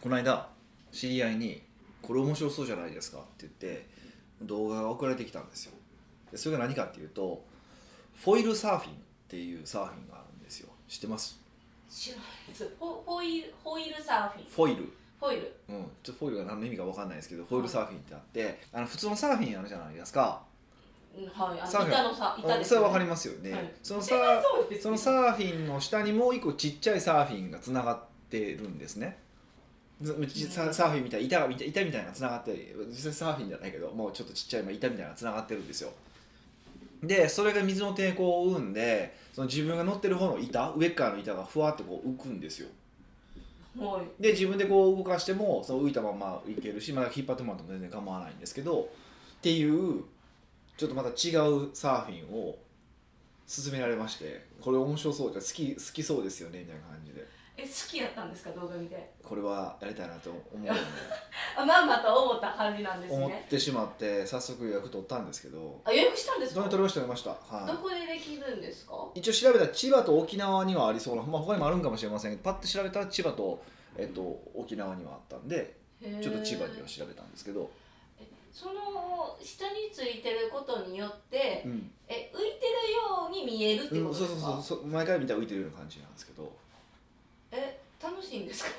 この間知り合いに「これ面白そうじゃないですか」って言って動画が送られてきたんですよでそれが何かっていうとフォイルサーフィンっていうサーフィンがあるんですよ知ってます知らないですホホイルホイールサーフィンフォイルホイールうん、ちょっとフォイルが何の意味か分かんないですけどフォイルサーフィンってあってあの普通のサーフィンあるじゃないですかうんはいあサーフのィン板のさ板あです、ね、それは分かりますよね、はいそのそサれーはそうですそのサーフィンの下にもう一個ちっちゃいサーフィンがつながってるんですねずちササーフィンみたいな板が板板みたいなのがつながってる実際サーフィンじゃないけどもうちょっとちっちゃいまあ板みたいなのがつながってるんですよでそれが水の抵抗を生んでその自分が乗ってる方の板上っ側の板がふわってこう浮くんですよはいで自分でこう動かしてもその浮いたままいけるし、まあ、引っ張ってもらっても全然構わないんですけどっていうちょっとまた違うサーフィンを勧められましてこれ面白そうじゃ好き好きそうですよねみたいな感じでえ好きやったんですか動画見てこれはやりたいなと思うあまんまと思った感じなんです思っねてしまって早速予約取ったんですけどあ予約したんですどかれど取りました取りました、はこでできるんですかい、一応調べたら千葉と沖縄にはありそうな、まあ、他にもあるんかもしれませんけどパッと調べたら千葉と、えっと、沖縄にはあったんでちょっと千葉には調べたんですけど、へーえその下についてることによってうん、え浮いてるように見えるってうこん、とそでうそうすそうかそう毎回見たら浮いてるような感じなんですけどえ楽しいんですか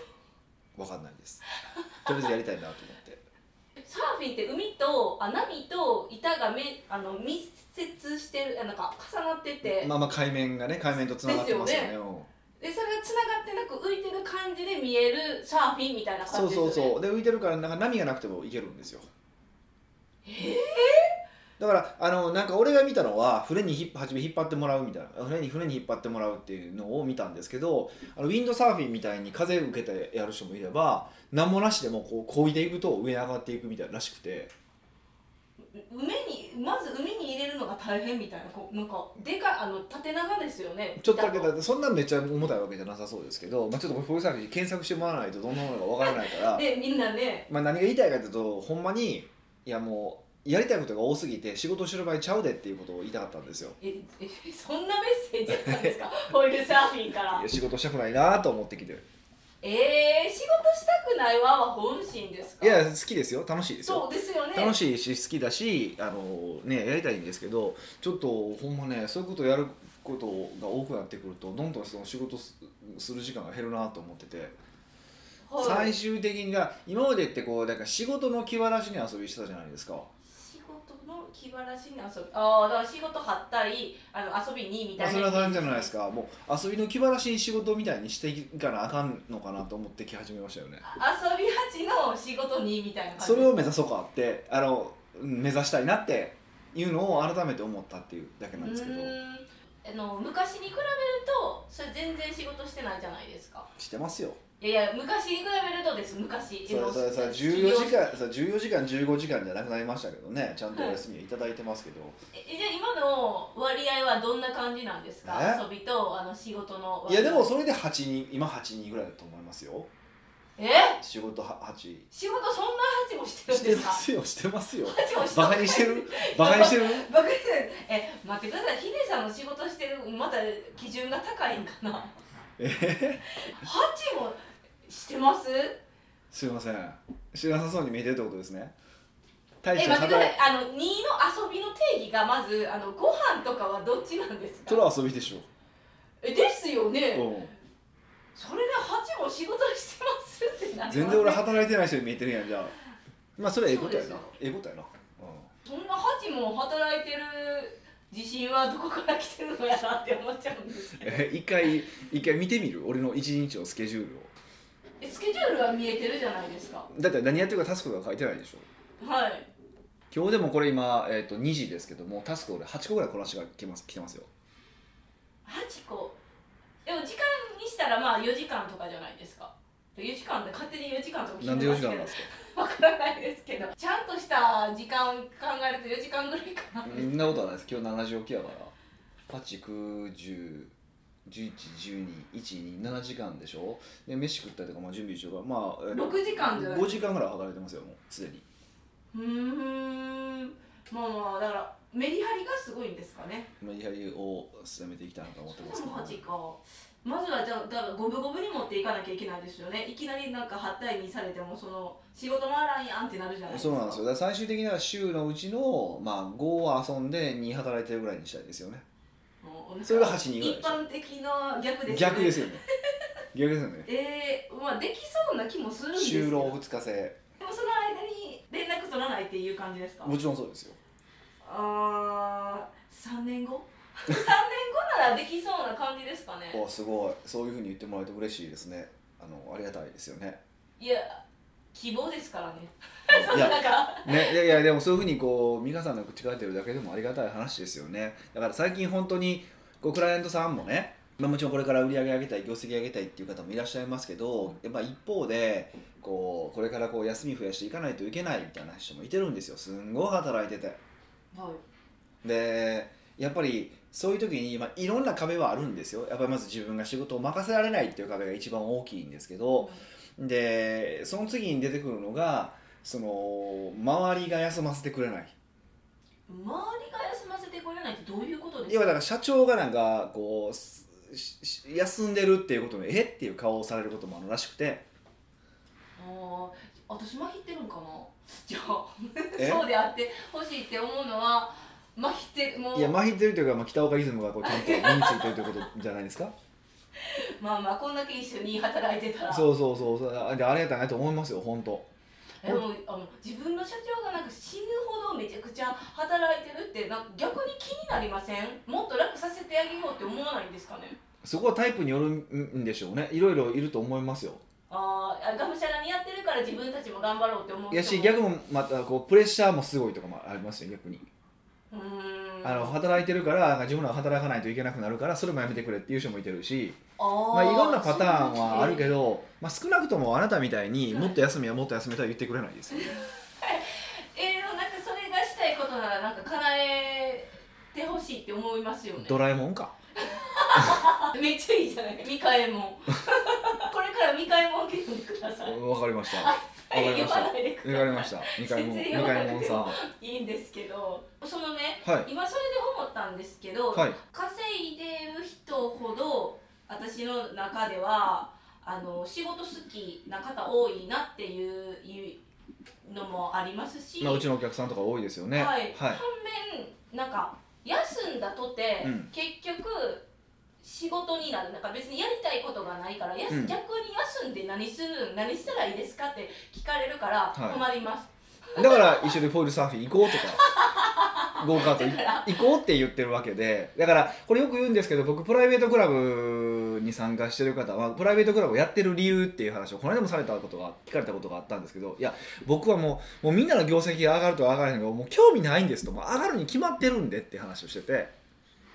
わかんないです とりあえずやりたいなと思ってサーフィンって海とあ波と板がめあの密接してるあなんか重なってて、まあまあ海面がね海面とつながってますよねでうんでそれがつながってなく浮いてる感じで見えるサーフィンみたいなそ感うじですそようねそうで浮いてるからなんか波がなくてもいけるんですよえだからあのなんか俺が見たのは船にひっ初め引っ張ってもらうみたいな船に船に引っ張ってもらうっていうのを見たんですけどあのウィンドサーフィンみたいに風受けてやる人もいれば何もなしでもこう漕いでいくと上に上がっていくみたいらしくて海にまず海に入れるのが大変みたいなこうなんかでかいあの縦長ですよねちょっとだけ板のだそんなめっちゃ重たいわけじゃなさそうですけど、まあ、ちょっとこれフォルサーフィン検索してもらわないとどんなものかわからないからでみんなねまあ何が言いたいかというとほんまにいやもうやりたいことが多すぎて仕事してる場合ちゃうでっていうことを言いたかったんですよ。ええそんなメッセージやったんです かホイールサーフィンかいらや仕事したくないなと思ってきてえー、仕事したくないわは本心ですかいや好きですよ楽しいですよそうですよね楽しいし好きだしあの、ね、やりたいんですけどちょっとほんまねそういうことをやることが多くなってくるとどんどんその仕事すする時間が減るなと思ってて。は最い、終的にが今までってこうなんか仕事の気晴らしに遊びしてたじゃないですか、仕事の気晴らしに遊びああだから仕事張ったりあの遊びにみまたあ、いそれな、は大変じゃないですかもう遊びの気晴らしに仕事みたいにしていかなあかんのかなと思ってき始めましたよね遊び八の仕事にみたいな感じそれを目指そうかってあのうん目指したいなっていうのを改めて思ったっていうだけなんですけどうーんあの昔に比べるとそれ全然仕事してないじゃないですかしてますよいやいや昔に比べるとです昔それあのそれそれ起業14時間それ14時間15時間じゃなくなりましたけどねちゃんとお休みはいただいてますけど、えじゃあ今の割合はどんな感じなんですかえ遊びとあの仕事のい、割合やでもそれで8人今8人ぐらいだと思いますよえ仕事は8仕事そんな八もしてるしんでてすまかすよしてますよ八もしてバカにして るバカにしてる バカにしてるえ待ってくださいヒデさんの仕事してるまた基準が高いんかなえ八もしてますすいません知らなさそうに見えてるってことですね大えし待たって働くださいあの2の遊びの定義がまずあのご飯とかはどっちなんですそれかは遊びでしょえですよね、うんそれで8も仕事してますってなります全然俺働いてない人に見えてるやんじゃあまあそれはええことやそうなええことやな、うそんな8も働いてる自信はどこから来てるのやなって思っちゃうんですん、けどえ一回一回見てみる俺の一日のスケジュールを えスケジュールは見えてるじゃないですかだって何やってるかタスクが書いてないでしょはい今日でもこれ今、えー、と2時ですけどもタスク俺8個ぐらいこなしが来てます来てますよ8個でも時間にしたらまあ4時間とかじゃないですか4時間で勝手に4時間とか決なんでめ4ま時間なんですすけどかわからないですけどちゃんとした時間を考えると4時間ぐらいかな、そんなことはないです今日7時起きやから89101112127時間でしょで飯食ったりとか、まあ、準備しようからまあ、えっと6時間じゃない5時間ぐらい働いてますよもうすでにうーんまあまあだからメリハリがすごいんですかねメリハリを進めていきたいなと思ってそれますでけども8かまずはじゃあだから五分五分に持っていかなきゃいけないですよねいきなりなんか8対2されてもその仕事回らんやんってなるじゃないですそうかなんですよだから最終的には週のうちの、まあ、5は遊んで2働いてるぐらいにしたいですよねもうそれが8人ぐらい一でしょ般的な逆ですよね逆ですよ ね逆ですよねえー、まあできそうな気もするんですけど就で労も2日制その間に連絡取らないっていう感じですかもちろんそうですよあー3年後3年後ならできそうな感じですかねおすごいそういうふうに言ってもらえて嬉しいですねあのありがたいですよねいや希望ですからねそんななんかね、いやいやでもそういうふうにこう美香さんの口から出てるだけでもありがたい話ですよねだから最近本当にこうクライアントさんもね、まあ、もちろんこれから売り上げ上げたい業績上げたいっていう方もいらっしゃいますけどやっぱ一方でこうこれからこう休み増やしていかないといけないみたいな人もいてるんですよすんごい働いててはいでやっぱりそういう時に、まあ、いろんな壁はあるんですよやっぱりまず自分が仕事を任せられないっていう壁が一番大きいんですけどでその次に出てくるのがその周りが休ませてくれない周りが休ませてくれないってどういうことです要はだかから社長がなんかこうすし休んでるっていうことにえっていう顔をされることもあるらしくてあー私麻痺ってるんかなじゃえあそうであってほしいって思うのは麻痺ってるもういや麻痺ってるというか、まあ、北岡イズムがこうちゃんと身についてるということじゃないですかまあまあこんだけ一緒に働いてたらそうそうそうそうあでありがたいなと思いますよ本当でもあの自分の社長がなんか死ぬほどめちゃくちゃ働いてるってなんか逆に気になりませんもっと楽させてあげようって思わないんですかねそこはタイプによるんでしょうねいろいろいると思いますよあーあがむしゃらにやってるから自分たちも頑張ろうって思うい人やし逆もまたこうプレッシャーもすごいとかもありますよ逆にうーんあの働いてるからなんか自分らは働かないといけなくなるからそれもやめてくれっていう人もいてるしあまあ、いろんなパターンはあるけどど、まあ、少なくともあなたみたいにはいもっと休みはもっと休みとは言ってくれないですよ、えー、でもなんかそれがしたいことならなんか叶えてほしいって思いますよねドラえもんかめっちゃいいじゃないミ カエモンこれからミカエモンを聞いてくださいわかりましたわかりま言したわわないでくだかさいりました二回もん 全二然言わな回くてもんさんはいいんですけどそのねはい今それで思ったんですけど、はい稼いでる人ほど私の中ではあの仕事好きな方多いなっていういうのもありますし、まあ、うちのお客さんとか多いですよねはいは反面なんか休んだとて、うん結局仕事になるなんか別にやりたいことがないから、やすうん逆に休んで何するん何したらいいですかって聞かれるからはい困ります。い、だから一緒にフォイルサーフィン行こうとか ゴーカートだから行こうって言ってるわけでだからこれよく言うんですけど僕プライベートクラブに参加してる方はプライベートクラブをやってる理由っていう話をこの間もされたことが聞かれたことがあったんですけどいや僕はもうもうみんなの業績が上がると上がらへんけどもう興味ないんですともう上がるに決まってるんでって話をしてて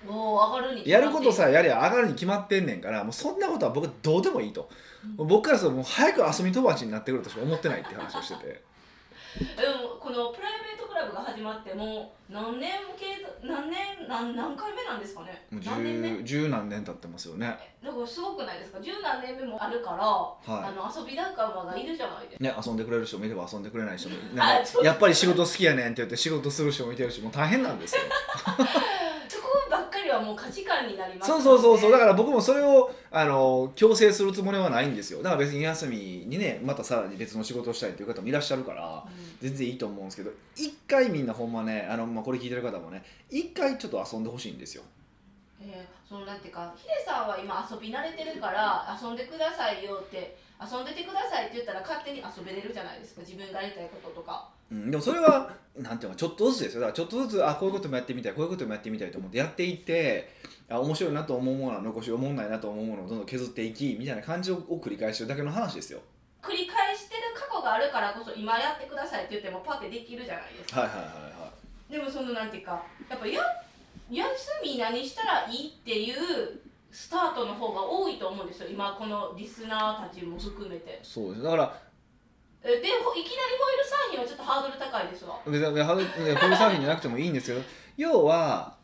もう上がるに決やまってることさえやりゃ上がるに決まってんねんからもうそんなことは僕はどうでもいいとうん僕からするともう早く遊び友達になってくるとしか思ってないって話をしててでもこのプライベートクラブが始まってもう何年も継続何年何何回目なんですかねもう何年目十十何年経ってますよね。だからすごくないですか十何年目もあるから、あの遊び仲間がいるじゃないですかね、遊んでくれる人もいれば遊んでくれない人もいるあなんちょっかとやっぱり仕事好きやねんって言って仕事する人もいてるしもう大変なんですよそこばっかりはもう価値観になりますそうそうそうそうだかから僕もそれをあの強制するつもりはないんですよだから別に休みにねまたさらに別の仕事をしたいっていう方もいらっしゃるからら、全然いいと思うんですけど一回みんなほんまねあの、まあ、これ聞いてる方もね一回ちょっと遊んでほしいんですようんえーそのなんていうかヒデさんは今遊び慣れてるから遊んでくださいよって遊んでてくださいって言ったら勝手に遊べれるじゃないですか自分がやりたいこととかうん、でもそれはなんていうのちょっとずつですよだからちょっとずつあこういうこともやってみたいこういうこともやってみたいと思ってやっていってあ面白いなと思うものは残し思わないなと思うものをどんどん削っていきみたいな感じを繰り返してるだけの話ですよ繰り返してる過去があるからこそ今やってくださいって言ってもパッてできるじゃないですかはいはいはいはでもそのなんていうかやっぱや休み何したらいいっていうスタートの方が多いと思うんですよ今このリスナーたちも含めていそうですだからえでほいきなりホイールサーフィンはちょっとハードル高いですわ別に別にハードフルサーフィンじゃなくてもいいんですけど要は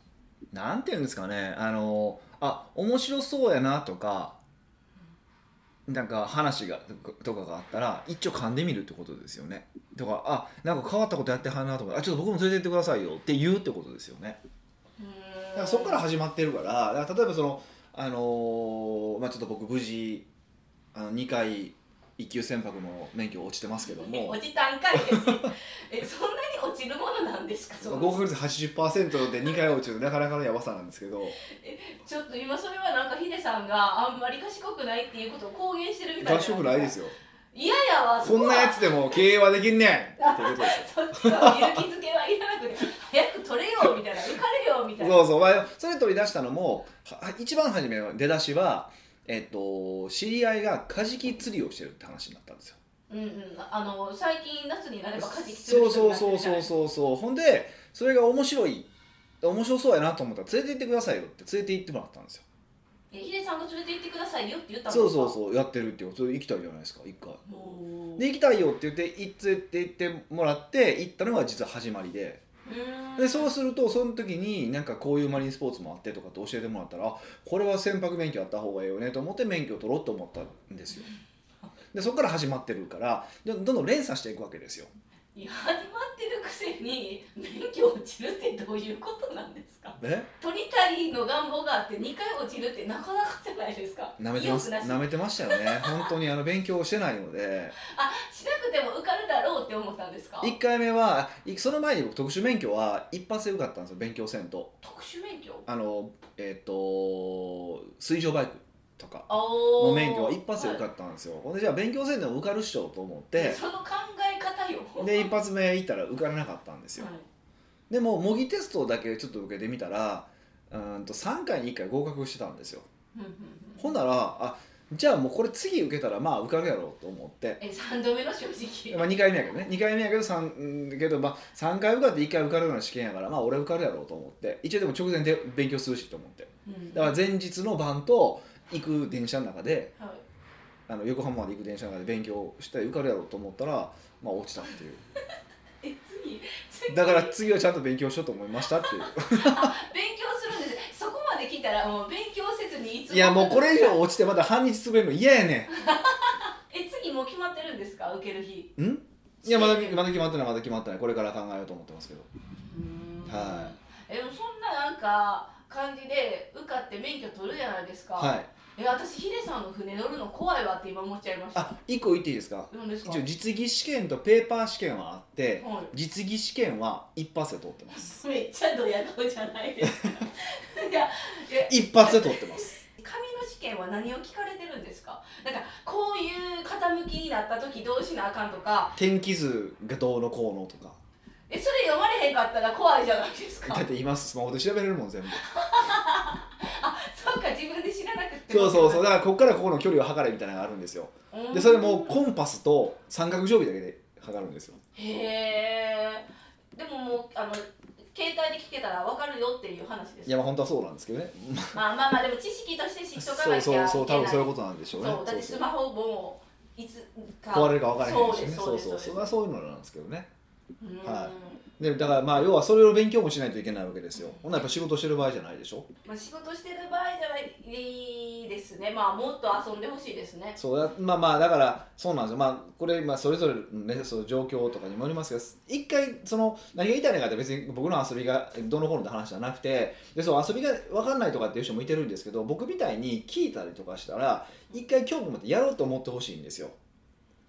なんていうんですかねあのあ面白そうやなとかなんか話がとかがあったら一応噛んでみるってことですよねとかあなんか変わったことやってはんなとかあちょっと僕も連れてってくださいよって言うってことですよねうーんだからそこから始まってるからだから例えばそのあのーまあ、ちょっと僕無事あの2回一級船舶の免許落ちてますけども落ちたんかいです。え、そんなに落ちるものなんですか。そまあの合格率80%で2回落ちるとなかなかのやばさなんですけ どちょっと今それはなんかヒデさんがあんまり賢くないっていうことを公言してるみたい合な。宿ないですよいややわ。こんなやつでも経営はできんねんってことですよそこは。そっちは勇気づけはいらなくて、早く取れよみたいな、受かれよみたいな。そうそう、まあ、それ取り出したのもは一番初めの出だしは、えっと、知り合いがカジキ釣りをしてるって話になったんですようんうん、あの最近夏になればカジキ釣そるう人にそうなっそうてるじゃそないそううそうほんでそれが面白い面白そうやなと思ったら連れて行ってくださいよって連れて行ってもらったんですよえヒデさんが連れて行ってくださいよって言ったのそうそううそうやってるっていうそれ行きたいじゃないですか一回おーで行きたいよって言ってい連れて行ってもらって行ったのが実は始まりでうーでんそうするとその時になんかこういうマリンスポーツもあってとかって教えてもらったらあこれは船舶免許あった方がいいよねと思って免許を取ろうと思ったんですよでそこから始まってるからどんどん連鎖していくわけですよいや始まってるくせに免許落ちるってどういうことなんですかえ取りたいの願望があって2回落ちるってなかなかじゃないですか舐めてます意欲なし舐めてましたよね本当にあの勉強してないのであしなくても受かるだろうって思ったんですか1回目はいその前に僕特殊免許は一発で受かったんですよ勉強せんと特殊免許あのえっ、と水上バイクとかおの免許は一発で受かかったんですよ、ほんでじゃあ勉強せんでも受かるっしょと思ってその考え方よで一発目行ったら受からなかったんですよ、はいでも模擬テストだけちょっと受けてみたらうーんと3回に1回合格してたんですようんうんうんほんならあじゃあもうこれ次受けたらまあ受かるやろうと思って、え3度目の正直まあ、2回目やけどね2回目やけど 3, うんけど、まあ、3回受かって1回受かるような試験やからまあ俺受かるやろうと思って一応でも直前で勉強するしと思ってうんだから前日の晩と行く電車の中ではいあの横浜まで行く電車の中で勉強して受かるやろうと思ったらまあ落ちたっていうえ次次だから次はちゃんと勉強しようと思いましたっていう勉強するんですそこまで来たらもう勉強せずにい ついやもうこれ以上落ちてまた半日潰れるの嫌やねえ次もう決まってるんですか受ける日んん いやまだまだ決まってないまだ決まってないこれから考えようと思ってます けどうーんはえでもそんななんか感じで受かって免許取るじゃないですかはいえ私ヒデさんの船乗るの怖いわって今思っちゃいましたあ一個言っていいですか何ですか一応実技試験とペーパー試験はあって、はい実技試験は一発で通ってますめっちゃドヤ顔じゃないですかいやいや一発で通って ます紙の試験は何を聞かれてるんですかなんかこういう傾きになった時どうしなあかんとか天気図がどうのこうのとかえそれ読まれへんかったら怖いじゃないですかだって今スマホで調べれるもん全部あ そうか自分で知らなくてそうそうそうだからここからここの距離を測れみたいなのがあるんですようんでそれもコンパスと三角定規だけで測るんですよへえでももうあの携帯で聞けたら分かるよっていう話ですいやまあ本当はそうなんですけどねまあまあまあでも知識として知っとかそなうきゃいけそなういそう多分そういうことなんでしょうねそうだってスマホもいつかそうそう壊れるか分からへんしそうでねすそうそうですそうそういうのなんですけどねうんはでだからまあ要はそれを勉強もしないといけないわけですよほんならやっぱ仕事してる場合じゃないでしょまあ、仕事してる場合じゃないですねまあもっと遊んでほしいですねそうだまあまあだからそうなんですよまあこれまあそれぞれねその状況とかにもよりますけど一回その何が言いたいのかって別に僕の遊びがどうの頃の話じゃなくてでそう遊びが分かんないとかっていう人もいてるんですけど僕みたいに聞いたりとかしたら一回興味持ってやろうと思ってほしいんですよ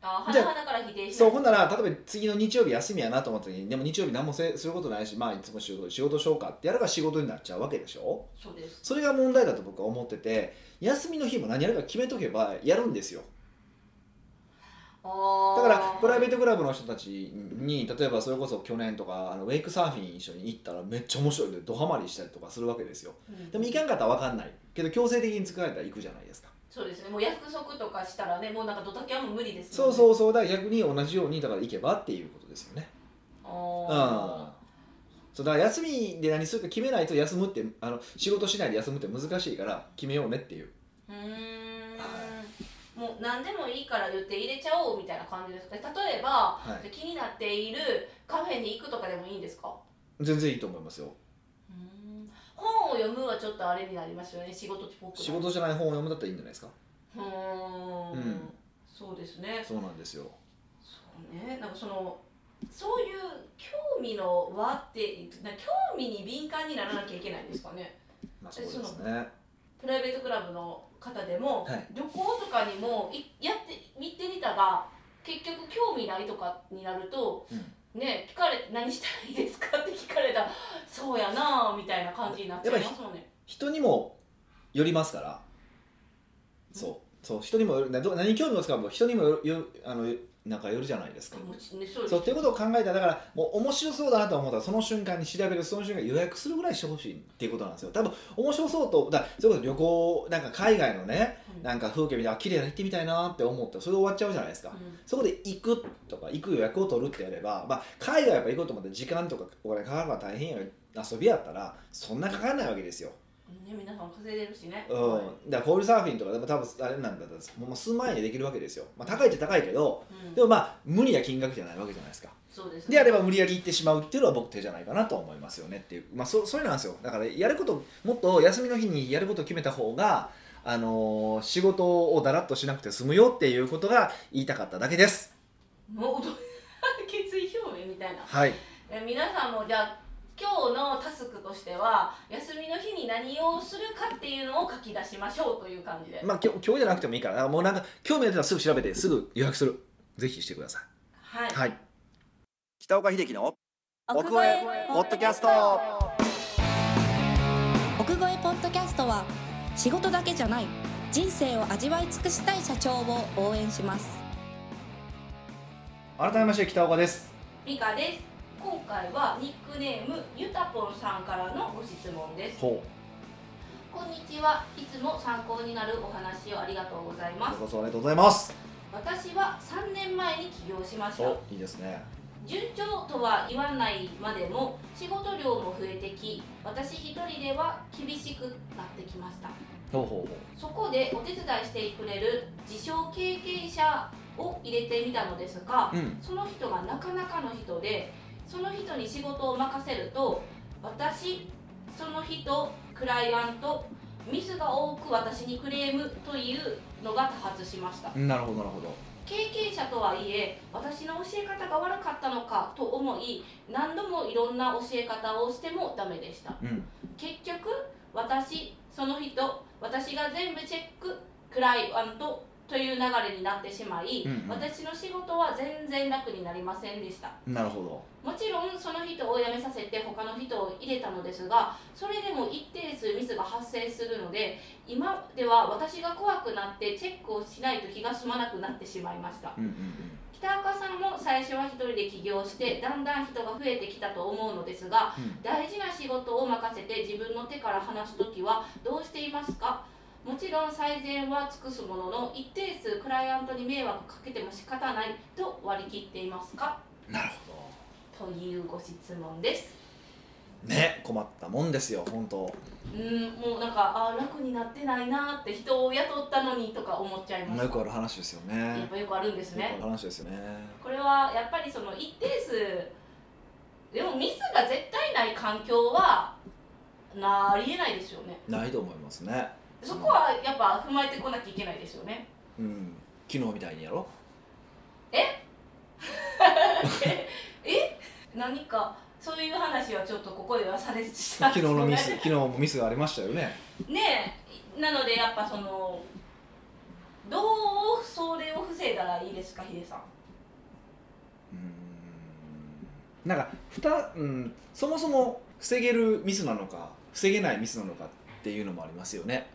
あはじゃなあはなから否定しそなういほんなら例えば次の日曜日休みやなと思った時にでも日曜日何もせすることないしまあいつも仕事仕事しようかってやれば仕事になっちゃうわけでしょそうですそれが問題だと僕は思ってて休みの日も何やるか決めとけばやるんですよあだからプライベーートクラブの人たちに例えばそれこそ去年とかあのウェイクサーフィン一緒に行ったらめっちゃ面白いんでドハマりしたりとかするわけですよでトも行かんかったら分かんないけど強制的に作られたら行くじゃないですか、そうですねもう約束とかしたらねもうなんかドタキャンも無理ですそううそうそうだから逆に同じようにだから行けばっていうことですよねうんあそうだから休みで何するか決めないと休むってあの仕事しないで休むって難しいから決めようねっていうーうーんはもう何でもいいから予定入れちゃおうみたいな感じですかね例えば、はい気になっているカフェに行くとかでもいいんですか全然いいと思いますようーん本を読むはちょっとあれになりますよね仕事っぽくな仕事じゃない本を読むだったらいいんじゃないですかうーん、うんそうですねそうなんですよそうねなんかそのそういう興味の輪ってな興味に敏感にならなきゃいけないんですかねまあそうですねプライベートクラブの方でも、はい旅行とかにもいやって見てみたが結局興味ないとかになると、ね聞かれ何したらいいですかって聞かれたらそうやなあみたいな感じになっちゃいますもんね。人にもよりますからそうそう人にもよるなど何に興味を持つかはもう人にもよるよあのなんかよるじゃないですか、もちねそうですそうっていうことを考えたらだからもう面白そうだなと思ったらその瞬間に調べるその瞬間に予約するぐらいしてほしいっていうことなんですよ多分面白そうとだからそれこそ旅行なんか海外のねうんなんか風景見てあ綺麗な行ってみたいなって思ったらそれで終わっちゃうじゃないですか、うんそこで行くとか行く予約を取るってやれば、まあ、海外やっぱ行こうと思って時間とかお金かかるのが大変や遊びやったらそんなかからないわけですよ、ね、皆さん稼いでるしね。うん、だからホールサーフィンとかでも多分あれなんだったらもう数万円でできるわけですよ、まあ、高いっちゃ高いけどうんでもまあ無理な金額じゃないわけじゃないですかそうです、であれば無理やり行ってしまうっていうのは僕手じゃないかなと思いますよねっていう、まあ、そそういうのなんですよだからやることもっと休みの日にやることを決めた方が、あのー仕事をだらっとしなくて済むよっていうことが言いたかっただけですもう決意表明みたいな。はいえ皆さんもじゃあ今日のタスクとしては休みの日に何をするかっていうのを書き出しましょうという感じで、まあ今日今日じゃなくてもいいからだからもうなんか興味が出たらすぐ調べてすぐ予約するぜひしてくださはいいはい北岡秀樹の奥越えポッドキャスト奥越えポッドキャストは仕事だけじゃない人生を味わい尽くしたい社長を応援します改めまして北岡ですミカです今回はニックネームゆたぽんさんからのご質問ですほこんにちはいつも参考になるお話をありがとうございますうごそありがとうございます私は3年前に起業しましたおいいですね順調とは言わないまでも仕事量も増えてき私一人では厳しくなってきましたほうほうそこでお手伝いしてくれる自称経験者を入れてみたのですがほううんその人がなかなかの人でその人に仕事を任せると私その人クライアントミスが多く私にクレームというのが多発しましたうんなるほどなるほど経験者とはいえ私の教え方が悪かったのかと思い何度もいろんな教え方をしてもダメでしたうん結局私その人私が全部チェッククライアントという流れになってしまい、うんうん私の仕事は全然楽になりませんでしたなるほどもちろんその人を辞めさせて他の人を入れたのですがそれでも一定数ミスが発生するので今では私が怖くなってチェックをしないと気が済まなくなってしまいましたうんうん北岡さんも最初は一人で起業してだんだん人が増えてきたと思うのですがうん大事な仕事を任せて自分の手から離す時はどうしていますかもちろん最善は尽くすものの一定数クライアントに迷惑かけても仕方ないと割り切っていますかうんなるほというご質問ですどね困ったもんですよ本当うんもうなんかあー楽になってないなーって人を雇ったのにとか思っちゃいますよくある話ですよやっねぱよくあるんですよくあねる話ですよねこれはやっぱりその一定数でもミスが絶対ない環境はなありえないですよねないと思いますねそこはやっぱ踏まえてこなきゃいけないですよねうん昨日みたいにやろ何かそういう話はちょっとここではされてしま昨日のミス 昨日もミスがありましたよねねえなのでやっぱそのどうそれを防いだらいいですかヒデさんうーんなんかふた、うん、そもそも防げるミスなのか防げないミスなのかっていうのもありますよね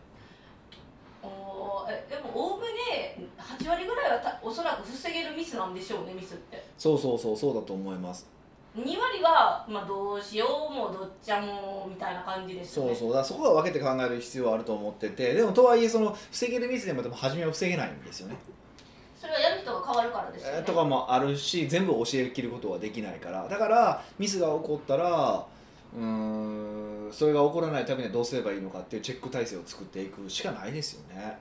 おーえでもおおむね8割ぐらいはたおそらく防げるミスなんでしょうねミスってそうそうそうそうだと思います2割は、まあ、どうしようもどっちゃもみたいな感じですよそねうそうだからそこは分けて考える必要はあると思っててでもとはいえその防げるミスでもでも初めは防げないんですよねそれはやる人が変わるからですよね、えーとかもあるし全部教えきることはできないからだからミスが起こったらうーんそれが起こらないためにはどうすればいいのかっていうチェック体制を作っていくしかないですよね。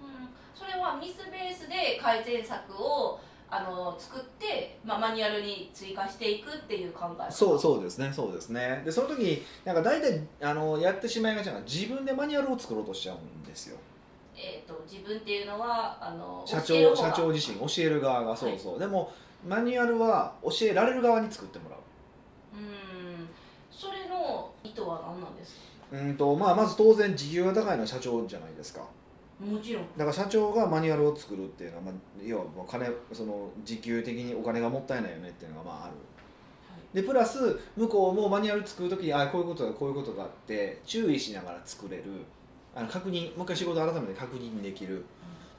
うん、それはミスベースで改善策をあの作って、まあ、マニュアルに追加していくっていう考えそうそうですねそうですねでその時になんか大体あのやってしまいがちなのは自分でマニュアルを作ろうとしちゃうんですよえー、と自分っていうのはあの社教える長方が社長自身教える側がそうそう、でもマニュアルは教えられる側に作ってもらううんそれの意図は何なんですかうんとまあ、まず当然時給が高いのは社長じゃないですかもちろんだから社長がマニュアルを作るっていうのは、まあ、要はもう金その時給的にお金がもったいないよねっていうのがまああるでプラス向こうもマニュアル作る時にあこういうことがこういうことがあって注意しながら作れるあの確認もう一回仕事改めて確認できるっ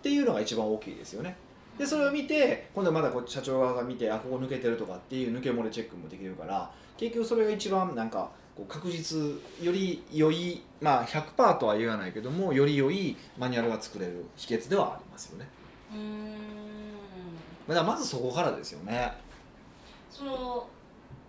ていうのが一番大きいですよねでそれを見て今度はまだこう社長側が見てあここ抜けてるとかっていう抜け漏れチェックもできるから結局それが一番なんかこう確実より良いまあ100%とは言わないけどもより良いマニュアルが作れる秘訣ではありますよねうーんまあだからまずそこからですよねその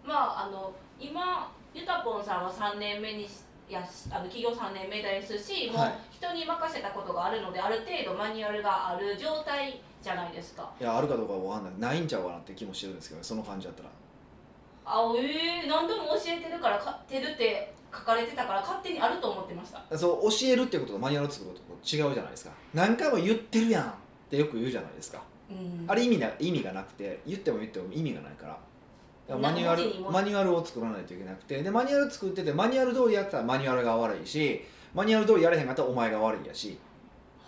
まああの今ゆたぽんさんは3年目にしやしあの企業3年目ですし、もはうい人に任せたことがあるのである程度マニュアルがある状態じゃないですかいやあるかどうかは分かんないないんちゃうかなって気もしてるんですけどねその感じだったらあえー、何度も教えてるから買ってるって書かれてたから勝手にあると思ってましたそう教えるってこととマニュアルを作ることと違うじゃないですか何回も言ってるやんってよく言うじゃないですかうんあれ意味な意味がなくて言っても言っても意味がないからだからマニュア文字にルもマニュアルを作らないといけなくてでマニュアル作っててマニュアル通りやったらマニュアルが悪いしマニュアル通りやれへんかったらお前が悪いやし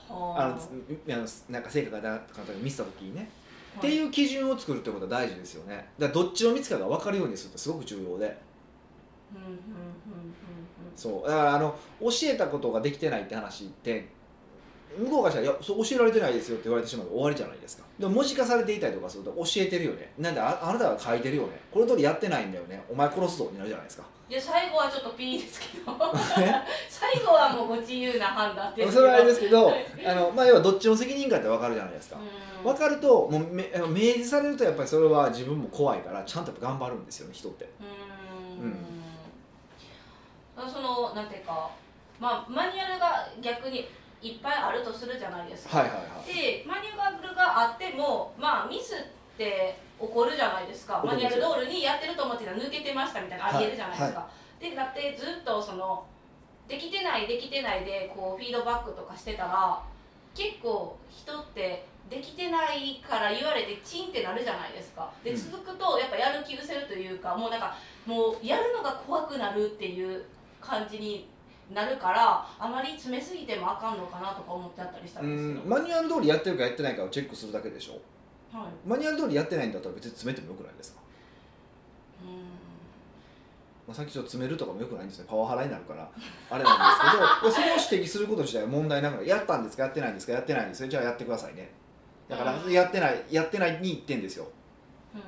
あはのつあのなんか成果が出なかったり見せた時にね、あっていう基準を作るってことは大事ですよねだからどっちを見つかが分かるようにするってすごく重要でうんうんうんうんうんそうだからあの教えたことができてないって話って向こうがしたら「いやそう教えられてないですよ」って言われてしまうと終わりじゃないですかでも文字化されていたりとかすると教えてるよねなんでああなたは書いてるよねこの通りやってないんだよねお前殺すぞになるじゃないですかいや最後はちょっとピーですけど ね最後はもうご自由な判断ですけそどれはあれですけどはいあの、まあ、要はどっちの責任かって分かるじゃないですかうん分かるともうめあの明示されるとやっぱりそれは自分も怖いからちゃんとやっぱ頑張るんですよね人ってううんんあそのなんていうか、まあ、マニュアルが逆にいっぱいあるとするじゃないですか、はいはいはいでマニュアルがあっても、まあ、ミスって起こるじゃないですか起マこニりュアまルす通りにやってると思ってたら抜けてましたみたいなのありえるじゃないですか、でだってずっとそのできてないできてないでこうフィードバックとかしてたら結構人ってできてないから言われてチンってなるじゃないですかでうん続くとやっぱやる気失せるというかもうなんかもうやるのが怖くなるっていう感じになるからあまり詰めすぎてもあかんのかなとか思っちゃったりしたうんですけどんマニュアル通りやってるかやってないかをチェックするだけでしょはいマニュアル通りやってないんだったら別に詰めてもよくないですかうまあ、さっきちょっと詰めるとかもよくないんですねパワハラになるからあれなんですけどいやそれを指摘すること自体は問題なくないやったんですかやってないんですかやってないんですよじゃあやってくださいねだからうんやってないやってないに1点ですよん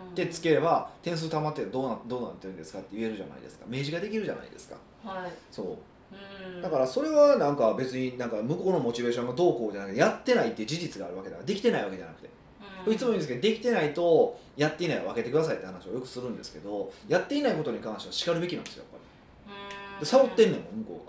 うんでつければ点数たまってどうなどうなってるんですかって言えるじゃないですか明示ができるじゃないですかはいそううんだからそれはなんか別になんか向こうのモチベーションがどうこうじゃなくてやってないっていう事実があるわけだからできてないわけじゃなくてうんいつも言うんですけどできてないとやっていないを分けてくださいって話をよくするんですけどやっていないことに関しては叱るべきなんですよやっぱりうんでサボってんねんもん向こ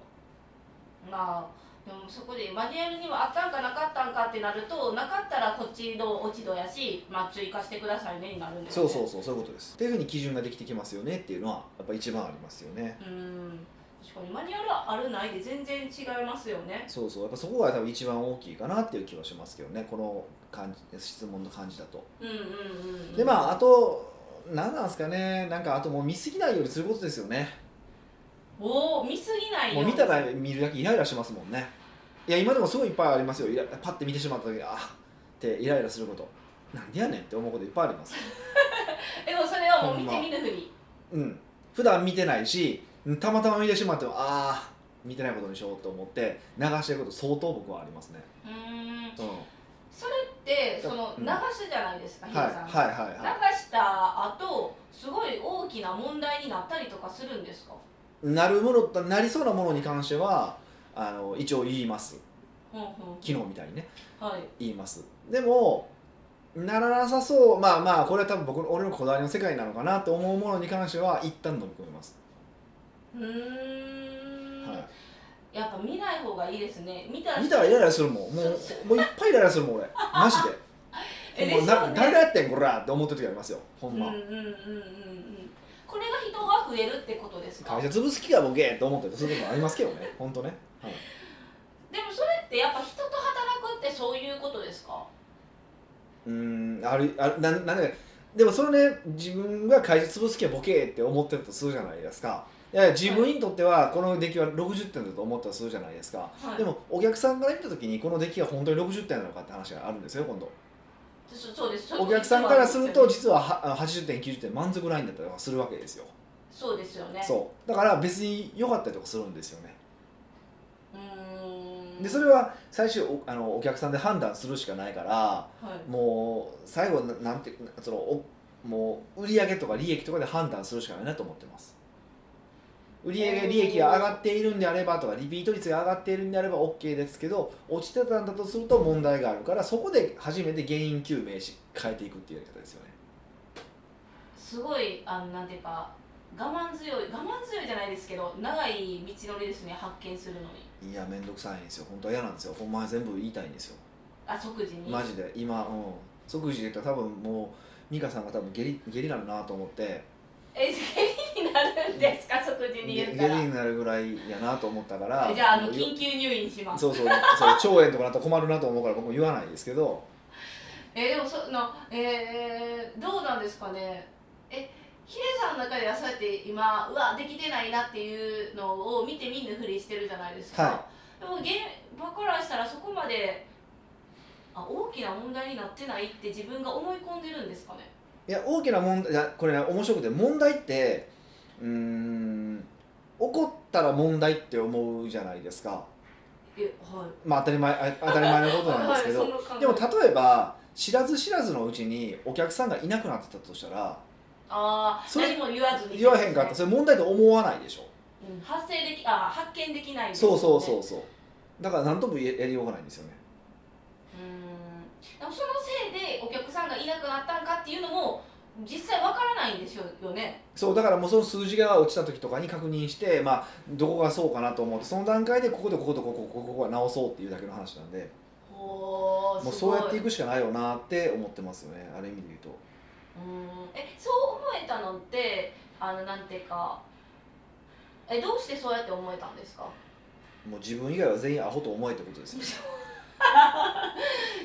うがまあでもそこでマニュアルにはあったんかなかったんかってなるとなかったらこっちの落ち度やし、まあ、追加してくださいねになるんですそねうそうそうそういうことですっていうふうに基準ができてきますよねっていうのはやっぱ一番ありますよねうん確かにマニュアルはあるないで全然違いますよねそうそうやっぱそこが多分一番大きいかなっていう気はしますけどねこの感じ質問の感じだとうんうんうんうんでまああと何なんですかねなんかあともう見過ぎないようにすることですよねおお見すぎないよもう見たら見るだけイライラしますもんねいや今でもすごいいっぱいありますよイラパッて見てしまった時あってイライラすることなんでやねんって思うこといっぱいありますでもそれはもう見てほんま見ぬふりうん普段見てないしたまたま見てしまってもああ見てないことにしようと思って流してること相当僕はありますね、うんうん、それってそのう流んすじゃないですか、はいヒはデいさんはいは流した後すごい大きな問題になったりとかするんですかいなるものとなりそうなものに関してはあの一応言いますうんうん昨日みたいにねはい言いますでもならなさそうまあまあこれは多分僕の俺のこだわりの世界なのかなと思うものに関しては一旦飲み込みます、うーん、はやっぱ見ない方がいいですね見たい、ら見たらイライラするもんもうもういっぱいイライラするもん俺マジで えもうですなよね誰がやってんこらって思ってる時ありますよほんま、うんうんうんうんうんこれが人が増えるってことですか会で社潰す気がボケーと思ったりすることもありますけど ね、本当ね、はいもそれってやっぱ人と働くってそういうことですかうーん、あるあるななんで、でもそれね、自分が会社潰す気がボケーって思ってるとするじゃないですか、いや自分にとってはこの出来は60点だと思ったらするじゃないですか、はいでもお客さんから見た時にこの出来が本当に60点なのかって話があるんですよ今度そそうですお客さんからすると実ははあの80点90点満足ラインだったりとかするわけですよそうですよねそうだから別に良かったりとかするんですよねうーんでそれは最終おあのお客さんで判断するしかないからはいもう最後ななんてそのおもう売上とか利益とかで判断するしかないなと思ってます売上利益が上がっているんであればとかリピート率が上がっているんであれば OK ですけど落ちてたんだとすると問題があるからそこで初めて原因究明し変えていくっていうやり方ですよねすごいあのなんていうか我慢強い我慢強いじゃないですけど長い道のりですね発見するのにいやめんどくさいんですよ本当は嫌なんですよほんまは全部言いたいんですよあ即時にマジで今、うん、即時で言ったら多分もう美香さんが多分下痢下痢なるなと思ってえ下痢になるんですか即時下に痢言ったらになるぐらいやなと思ったからじゃああのもう緊急入院しますそうそうそう腸炎とかなったら困るなと思うから僕も言わないですけどえーでもそのえーどうなんですかねえヒデさんの中ではそうやって今うわできてないなっていうのを見て見ぬふりしてるじゃないですか、はでも現場からしたらそこまであ大きな問題になってないって自分が思い込んでるんですかねいや大きな問題いやこれね面白くて問題ってうーん怒ったら問題って思うじゃないですかえはいまあ当たり前あ当たり前のことなんですけどはいその考えでも例えば知らず知らずのうちにお客さんがいなくなってたとしたらああそれ何も言わずに言わへんかったらそれ問題と思わないでしょうん発生できあー発見できないですねそうそうそううそうだから何とも言えやりようがないんですよねーんでもそのせいでお客さんがいなくなったんかっていうのも実際わからないんですよねそうだからもうその数字が落ちた時とかに確認して、まあ、どこがそうかなと思ってその段階でここでこことここここここは直そうっていうだけの話なんでほーもうそうやっていくくしかないよなって思ってますよねある意味で言うとんえそう思えたのってあのなんていうかえどうしてそうやって思えたんですかもう自分以外は全員アホと思えってことですよ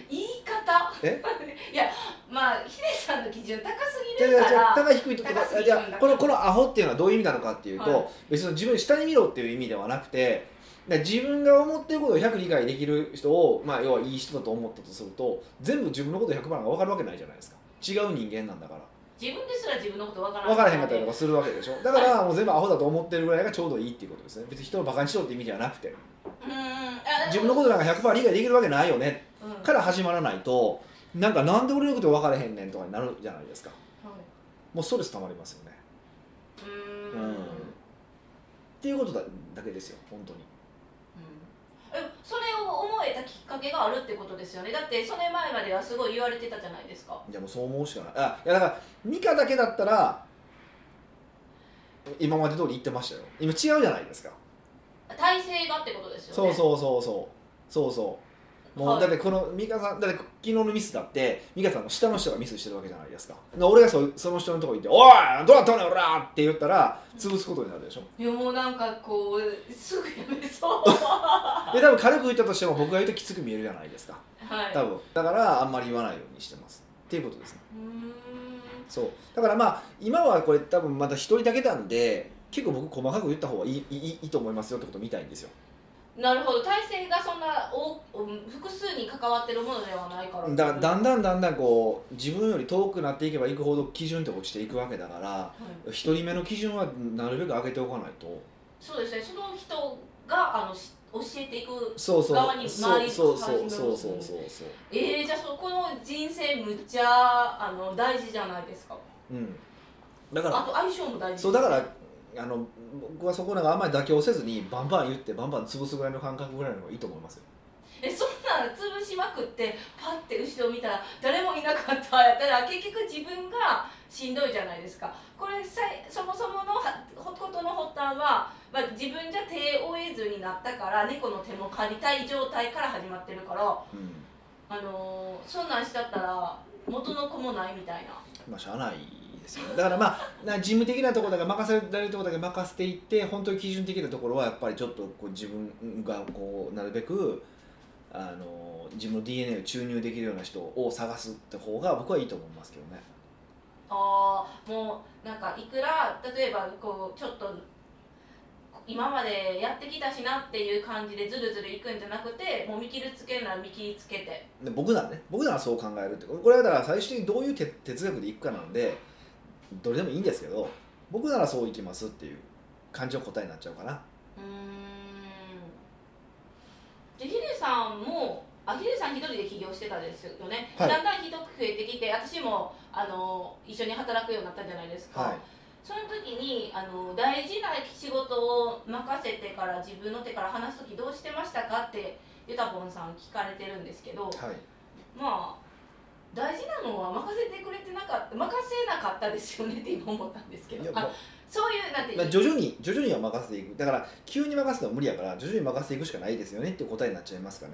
言い方え いやまあヒデさんの基準高すぎじゃるじゃかじゃら高い低いとか高すぎるんだじゃあこのこのアホっていうのはどういう意味なのかっていうと、はい別に自分を下に見ろっていう意味ではなくてだから自分が思ってることを100理解できる人を、まあ、要はいい人だと思ったとすると全部自分のこと100番が分かるわけないじゃないですか違う人間なんだから自分ですら自分のことわからない分からへんかったりとかするわけでしょだからもう全部アホだと思ってるぐらいがちょうどいいっていうことですね別に人をバカにしろって意味じゃなくてうんあ自分のことなんか100%理解できるわけないよねうんはいから始まらないとなんかなんで俺のこと分からへんねんとかになるじゃないですかもうストレス溜まりますよねううーんん、っうん、ていうことだだけですよ本当にえそれを思えたきっかけがあるってことですよねだってそれ前まではすごい言われてたじゃないですかいやもうそう思うしかないあいやだからミカだけだったら今まで通り言ってましたよ今違うじゃないですか体制がってことですよそうねうそうそうそうそうそうもう、はいだってこの美香さんだって昨日のミスだって美香さんの下の人がミスしてるわけじゃないですかで俺がそその人のとこ行って「おいどうなったのよおら!」って言ったら潰すことになるでしょいやもうなんかこうすぐや めそうはで多分軽く言ったとしても僕が言うときつく見えるじゃないですかい多分だからあんまり言わないようにしてますっていうことですねうーんそうだからまあ今はこれ多分まだ一人だけなんで結構僕細かく言った方がいいいいいいと思いますよってことみたいんですよなるほど体制がそんなお複数に関わってるものではないからだからだんだんだんだんこう自分より遠くなっていけばいくほど基準って落ちていくわけだからはい1人目の基準はなるべく上げておかないとそうですねその人があのし教えていくそうそう側にそ回うりそう回そりうますそもうんねそうそうそうえー、じゃあそこの人生むっちゃあの大事じゃないですかうんだかあらと相性も大事そうだからあの僕はそこなんかあんまり妥協せずにバンバン言ってバンバン潰すぐらいの感覚ぐらいの方がいいと思いますよえそんなん潰しまくってパッて後ろ見たら誰もいなかった やったら結局自分がしんどいじゃないですかこれさいそもそものはことの発端は、まあ、自分じゃ手を負えずになったから猫の手も借りたい状態から始まってるから、うんあのー、そんなんしちゃったら元の子もないみたいなまあ、しゃあないですよねだからまあな事務的なところだけ任せられるところだけ任せていって本当に基準的なところはやっぱりちょっとこう自分がこうなるべくあの自分の DNA を注入できるような人を探すって方が僕はいいと思いますけどね。あーもうなんかいくら例えばこうちょっと今までやってきたしなっていう感じでずるずるいくんじゃなくてもう見切りつけるなら見切りつけてで僕ならね僕ならそう考えるってこれはだから最終的にどういうて哲学でいくかなんでどれでもいいんですけど僕ならそういきますっていう感じの答えになっちゃうかなうーんでヒデさんもあヒデさん一人で起業してたですよね、はいだんだんひどく増えてきて私もあの一緒に働くようになったじゃないですか、はいその時にあの大事な仕事を任せてから自分の手から話す時どうしてましたかってゆたぽんさん聞かれてるんですけどはいまあ大事なのは任せてくれてなかった任せなかったですよねって今思ったんですけいやどまああそういうなんていうまあ徐々に徐々には任せていくだから急に任せては無理やから徐々に任せていくしかないですよねっていう答えになっちゃいますかね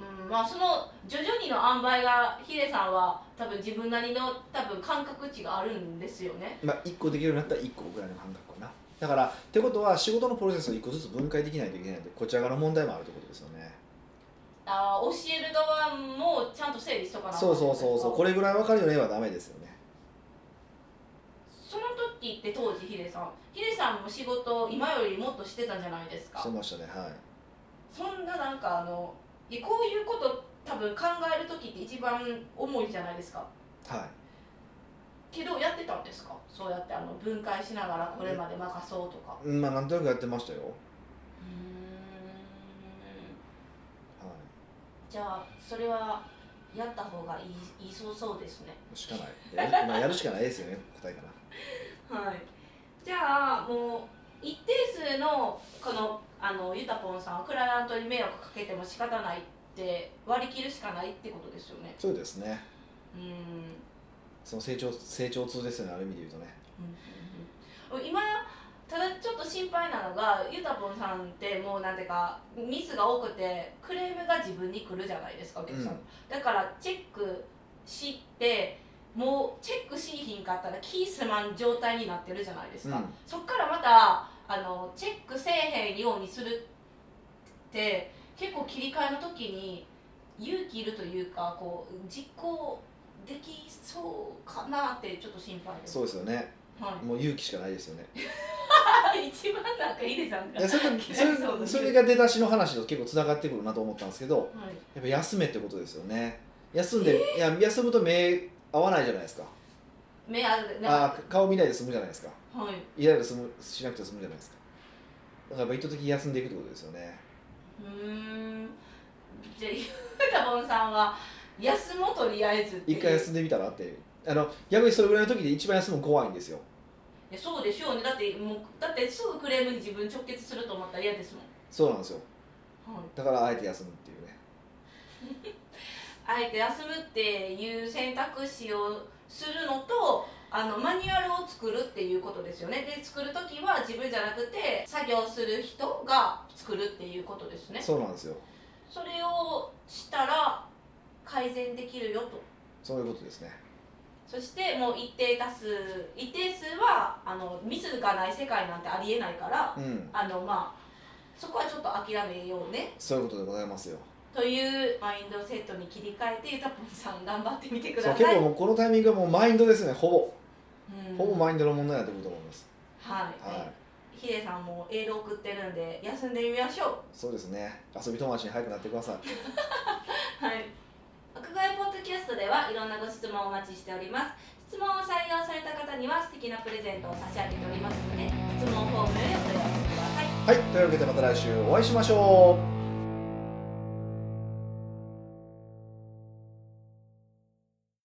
うんまあ、その徐々にの塩梅がヒデさんは多分自分なりの多分感覚値があるんですよねまあ、1個できるようになったら1個ぐらいの感覚かなだからってことは仕事のプロセスを1個ずつ分解できないといけないのでこちら側の問題もあるってことですよねあー教える側もちゃんと整理しとかなあかんそうそうそうそうこれぐらい分かるよねはダメですよねその時って当時ヒデさんヒデさんも仕事今よりもっとしてたじゃないですかしてましたねはいそんななんかあのいやこういうこと多分考える時って一番重いじゃないですかはいけどやってたんですかそうやってあの分解しながらこれまで任そうとかうんまあなんとなくやってましたよ、うんはじゃあそれはやった方がいいいいそうそうですねい、しかないやる,、まあ、やるしかないですよね答えかなはいじゃあもう一定数のこのあのゆたぽんさんはクライアントに迷惑かけても仕方ないって割り切るしかないってことですよねそうですねうんうんその成長成長痛ですよねある意味で言うとねうんうん今ただちょっと心配なのがゆたぽんさんってもうなんていうかミスが多くてクレームが自分に来るじゃないですかお客さんのだからチェックしてもうチェックしひんかったらキースマン状態になってるじゃないですか、うんそっからまたあのチェックせえへんようにするって結構切り替えの時に勇気いるというかこう実行できそうかなってちょっと心配です、そうですよねはもう勇気しかないですよねい、 一番なんかヒデさんがいやそれとそれそれが出だしの話と結構つながってくるなと思ったんですけどはいやっぱ休めってことですよね休んで、いや休むと目合わないじゃないですか目あるなあー顔見ないで済むじゃないですかはいイライラ済むしなくて済むじゃないですかだからやっぱ意図的に休んでいくってことですよねうーんじゃあゆうたぼんさんは休もうとりあえずっていう一回休んでみたらっていうあの逆にそれぐらいの時で一番休むの怖いんですよいやそうでしょうねだってもうだってすぐクレームに自分直結すると思ったら嫌ですもそうなんですよん、だからあえて休むっていうねあえて休むっていう選択肢をするのとあのマニュアルを作るっていうことですよねで作る時は自分じゃなくて作業する人が作るっていうことですねそうなんですよそれをしたら改善できるよとそういうことですねそしてもう一定多数一定数はあのミスがない世界なんてありえないからうんあのまあそこはちょっと諦めようねそういうことでございますよというマインドセットに切り替えてゆたぽんさん頑張ってみてくそうだ結さい構もうこのタイミングはもうマインドですねほぼ、うんほぼマインドの問題になってくると思いますはい、はいヒデさんもエール送ってるんで休んでみましょそうですね遊び友達に早くなってくださいうはい屋外ポッドキャストではいろんなご質問をお待ちしております質問を採用された方には素敵なプレゼントを差し上げておりますので質問フォームへお問い合わせくださいはいというわけでまた来週お会いしましょう